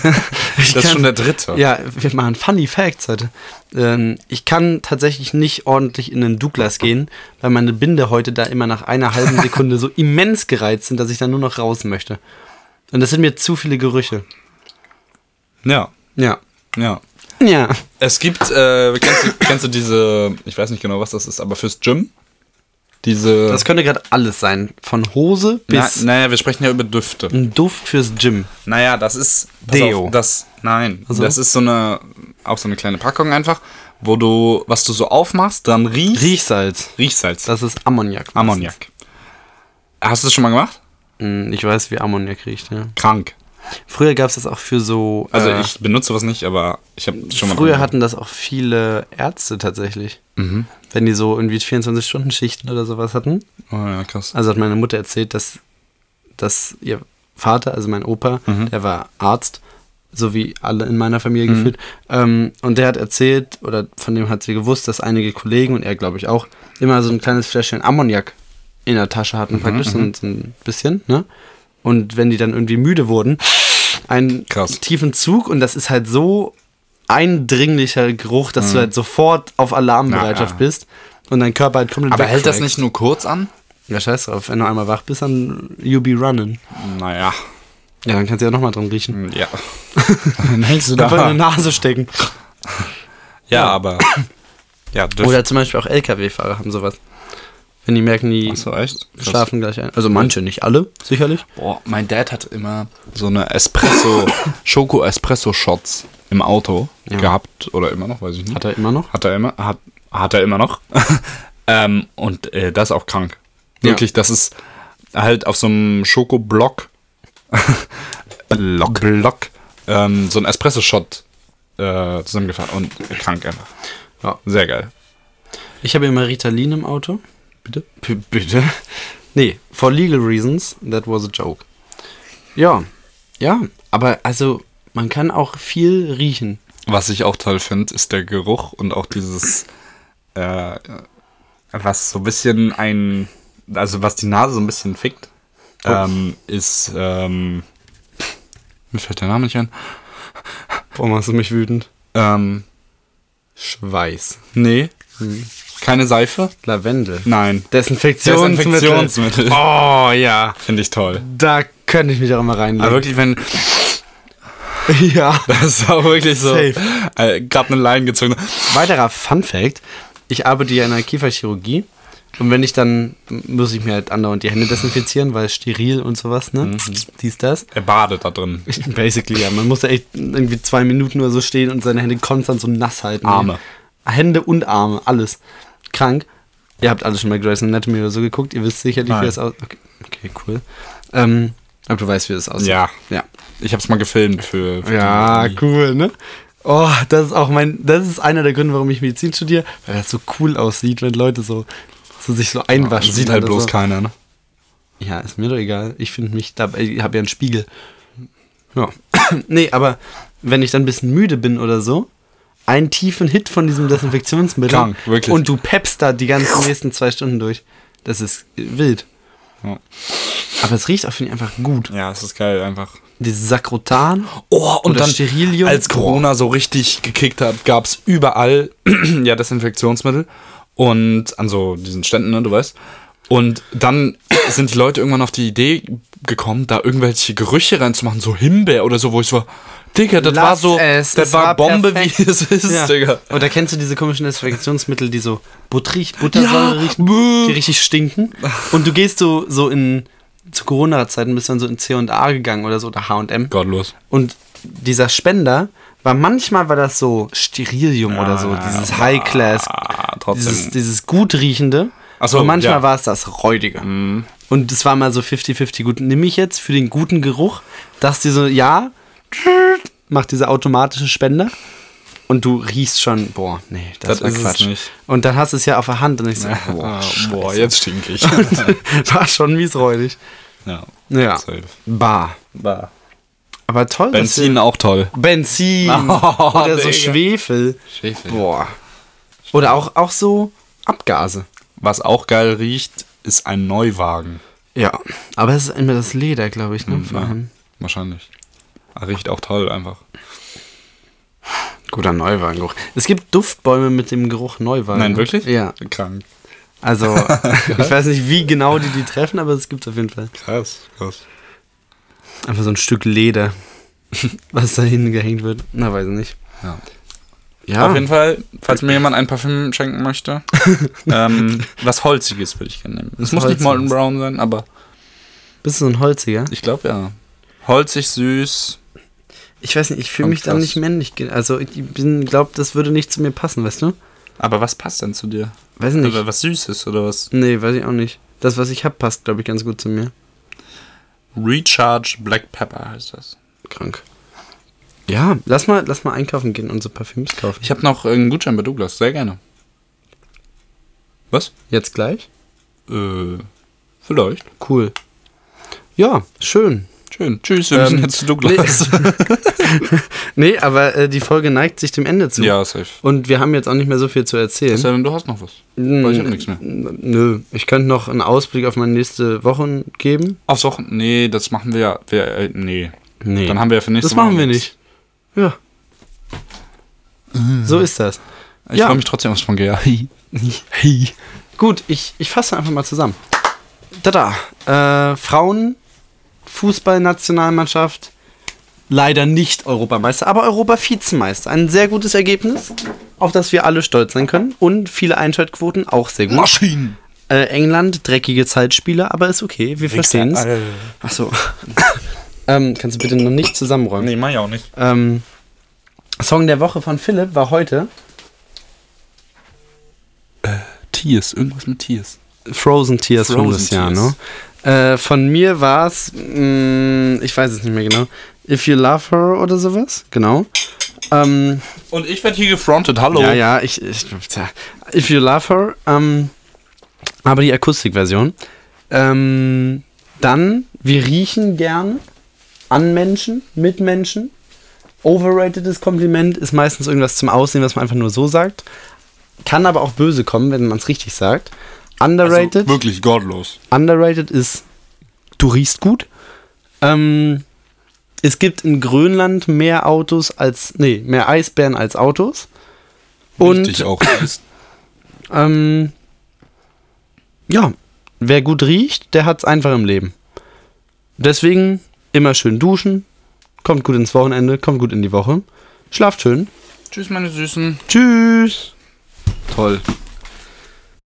[laughs] ich das ist kann- schon der dritte. Ja, wir machen Funny Facts heute. Ähm, ich kann tatsächlich nicht ordentlich in den Douglas gehen, weil meine Binde heute da immer nach einer halben [laughs] Sekunde so immens gereizt sind, dass ich da nur noch raus möchte. Und das sind mir zu viele Gerüche. Ja, Ja. ja. Ja. Es gibt, äh, kennst, du, kennst du diese, ich weiß nicht genau, was das ist, aber fürs Gym? Diese. Das könnte gerade alles sein. Von Hose na, bis naja, wir sprechen ja über Düfte. ein Duft fürs Gym. Naja, das ist. pass Deo. Also? Auf, das, nein, so. das ist so eine, auch so eine kleine Packung einfach, wo du, was du so aufmachst, dann riechst. Riechsalz. Riechsalz. Das ist Ammoniak. Ammoniak. Hast du das schon mal gemacht? Hm, Ich weiß, wie Ammoniak riecht, ja. Krank. Früher gab es das auch für so. Also äh, ich benutze was nicht, aber ich habe schon mal. Früher dran hatten das auch viele Ärzte tatsächlich. Mhm. Wenn die so irgendwie 24-Stunden-Schichten oder sowas hatten. gedacht. Oh ja, krass. Also hat meine Mutter erzählt, dass, dass ihr Vater, also mein Opa, Mhm. der war Arzt, so wie alle in meiner Familie gefühlt. Ähm, und der hat erzählt, oder von dem hat sie gewusst, dass einige Kollegen und er, glaube ich, auch, immer so ein kleines Fläschchen Ammoniak in der Tasche hatten, Mhm, praktisch, so, ein- so ein bisschen, ne? Und wenn die dann irgendwie müde wurden, einen Krass. tiefen Zug und das ist halt so eindringlicher Geruch, dass du halt sofort auf Alarmbereitschaft Na, Mhm. ja. bist und dein Körper halt komplett Aber hält das wegcrackt. nicht nur kurz an? Ja, scheiß drauf. Wenn du einmal wach bist, dann you be running. Naja. Ja, dann kannst du ja nochmal dran riechen. Ja. [laughs] Dann hängst [laughs] du Einfach in die da. Nase stecken. Ja, aber. Ja, das Oder zum Beispiel auch LKW-Fahrer haben sowas. Wenn die merken, die Ach so, echt? schlafen gleich ein. Also manche, nicht alle, sicherlich. Boah, mein Dad hat immer so eine [laughs] Espresso, Schoko-Espresso-Shots im Auto Ja. gehabt. Oder immer noch, weiß ich nicht. Hat er immer noch? Hat er immer, hat, hat er immer noch. [laughs] ähm, und äh, das ist auch krank. Ja. Wirklich, das ist halt auf so einem Schokoblock. Block. Block. Ähm, so ein Espresso-Shot äh, zusammengefahren. Und krank einfach. Ja. Sehr geil. Ich habe immer Ritalin im Auto. Bitte? B bitte? Nee, for legal reasons, that was a joke. Ja, ja, aber also man kann auch viel riechen. Was ich auch toll finde, ist der Geruch und auch dieses, äh, was so ein bisschen ein, also was die Nase so ein bisschen fickt, ähm, ist, ähm, mir fällt der Name nicht ein, Boah, Oh, machst du mich wütend? ähm, Schweiß. nee, keine Seife, Lavendel. nein, Desinfektionsmittel. Desinfektionsmittel. Oh ja, finde ich toll. da könnte ich mich auch immer Aber reinlegen. wirklich, wenn, [laughs] Ah, [laughs] ja. das ist auch wirklich so, äh, Safe. gerade eine Leine gezogen, Weiterer Fun Fact: Ich arbeite ja in einer Kieferchirurgie und wenn ich dann, muss ich mir halt andauernd die Hände desinfizieren, weil steril und sowas, Mhm. ne? Dies, das. er badet da drin. Basically, ja. Man muss ja echt irgendwie zwei Minuten oder so stehen und seine Hände konstant so nass halten. Arme. Hände und Arme, alles. Krank. Ihr habt alle schon mal Grey's Anatomy oder so geguckt. Ihr wisst sicherlich, Nein. wie das aussieht. Okay, okay, cool. Ähm, aber du weißt, wie das aussieht. Ja. Ja. Ich hab's mal gefilmt für, für Ja, die- cool, ne? Oh, das ist auch mein, das ist einer der Gründe, warum ich Medizin studiere, weil das so cool aussieht, wenn Leute so, so sich so einwaschen. Sieht halt oder bloß so. keiner, ne? Ja, ist mir doch egal. Ich finde mich da, ich habe ja einen Spiegel. Ja. [coughs] nee, aber wenn ich dann ein bisschen müde bin oder so, einen tiefen Hit von diesem Desinfektionsmittel Krank, wirklich. und du peppst da die ganzen nächsten zwei Stunden durch. Das ist äh, wild. Ja. Aber es riecht auch, finde ich, einfach gut. Ja, es ist geil einfach. Dieses Sakrotan. Oh, und Oder dann, Sterilium. als Corona so richtig gekickt hat, gab es überall [clears throat] ja Desinfektionsmittel und an so diesen Ständen, ne, du weißt. Und dann sind die Leute irgendwann auf die Idee gekommen, da irgendwelche Gerüche reinzumachen, so Himbeer oder so, wo ich so war, Digga, das Lass war so, es, das es war, war Bombe, wie perfekt. es ist, Ja. Digga. Oder kennst du diese komischen Desinfektionsmittel, die so buttrig, Buttersäure Ja, riechen, bäh. die richtig stinken? Und du gehst so, so in, zu Corona-Zeiten bist du dann so in C&A gegangen oder so, oder H&M. Gottlos. Und dieser Spender war manchmal war das so Sterilium oder so, Ah, dieses High-Class, Ah, trotzdem. dieses, dieses gut riechende. Ach so, und manchmal ja. Mhm. war es das räudige. Und es war mal so 50-50 gut. Nimm ich jetzt für den guten Geruch, dass die so, ja, macht diese automatische Spender. Und du riechst schon, boah, nee, das, Das war ist es Quatsch. nicht. Und dann hast du es ja auf der Hand und ich so, boah, boah, Ah, [laughs] boah, jetzt stink ich. war schon miesräudig. ja. Ja. Safe. Bar. Aber toll, dass wir- Benzin auch toll. Benzin [laughs] Oh, oder so Digga. Schwefel. Schwefel. Boah. Oder auch, auch so Abgase. Was auch geil riecht, ist ein Neuwagen. Ja. Aber es ist immer das Leder, glaube ich, ne? Vor Ja, allem. wahrscheinlich. Ah, Riecht auch toll einfach. Guter Neuwagengeruch. Es gibt Duftbäume mit dem Geruch Neuwagen. Nein, wirklich? Ja. Krank. [laughs] Also, ich weiß nicht, wie genau die die treffen, aber es gibt auf jeden Fall. Krass, krass. Einfach so ein Stück Leder, [laughs] was da hingehängt wird. Na, weiß ich nicht. Ja. Ja. Auf jeden Fall, falls mir jemand ein Parfüm [laughs] schenken möchte, ähm, was Holziges würde ich gerne nehmen. Es muss nicht Holziges. Molten Brown sein, aber Bist du so ein Holziger? ich glaube ja. Holzig, süß. Ich weiß nicht, ich fühle Und mich dann krass. nicht männlich. ge- Also, ich glaube, das würde nicht zu mir passen, weißt du? Aber was passt denn zu dir? Weiß ich nicht. Oder was Süßes oder was? Nee, weiß ich auch nicht. Das, was ich hab, passt, glaube ich, ganz gut zu mir. Recharge Black Pepper heißt das. Krank. Ja, lass mal, lass mal einkaufen gehen und so Parfüms kaufen. Ich habe noch einen Gutschein bei Douglas, sehr gerne. Was? Jetzt gleich? Äh, vielleicht. Cool. Ja, schön. Schön. Tschüss, wir Ähm, müssen jetzt zu Douglas. Nee, [laughs] aber äh, die Folge neigt sich dem Ende zu. [laughs] ja, safe. Und wir haben jetzt auch nicht mehr so viel zu erzählen. Es sei denn, du hast noch was. Hm, weil ich hab nichts mehr. Nö, ich könnte noch einen Ausblick auf meine nächste Woche geben. Aufs Wochenende? Nee, das machen wir ja. Wir, äh, nee. Nee. Dann haben wir ja für nächste das machen Woche wir nichts. nicht. Ja. So ist das. Ich Ja. freue mich trotzdem aufs Pangea. [laughs] Hey. Gut, ich, ich fasse einfach mal zusammen. Tada. Äh, Frauen Fußballnationalmannschaft leider nicht Europameister, aber Europa-Vizemeister. Ein sehr gutes Ergebnis, auf das wir alle stolz sein können. Und viele Einschaltquoten auch sehr gut. [laughs] Maschinen! Äh, England, dreckige Zeitspieler, aber ist okay, wir verstehen es. Achso. [laughs] ähm, kannst du bitte noch nicht zusammenräumen? Nee, mach ich auch nicht. Ähm, Song der Woche von Philipp war heute Tiers, irgendwas mit Tiers. Frozen Tears von Frozen Luciano. Äh, von mir war es, ich weiß es nicht mehr genau, If You Love Her oder sowas, genau. Ähm, Und ich werde hier gefrontet, hallo. Ja, ja, ich, ich tja. If You Love Her, ähm, aber die Akustikversion. Ähm, dann, wir riechen gerne an Menschen, mit Menschen. Overratedes Kompliment ist meistens irgendwas zum Aussehen, was man einfach nur so sagt. Kann aber auch böse kommen, wenn man es richtig sagt. Underrated. Also, wirklich gottlos. Underrated ist, du riechst gut. Ähm, es gibt in Grönland mehr Autos als, nee, mehr Eisbären als Autos. Richtig Und auch. ähm, ja, wer gut riecht, der hat's einfach im Leben. Deswegen immer schön duschen, kommt gut ins Wochenende, kommt gut in die Woche, schlaft schön. Tschüss, meine Süßen. Tschüss. Toll.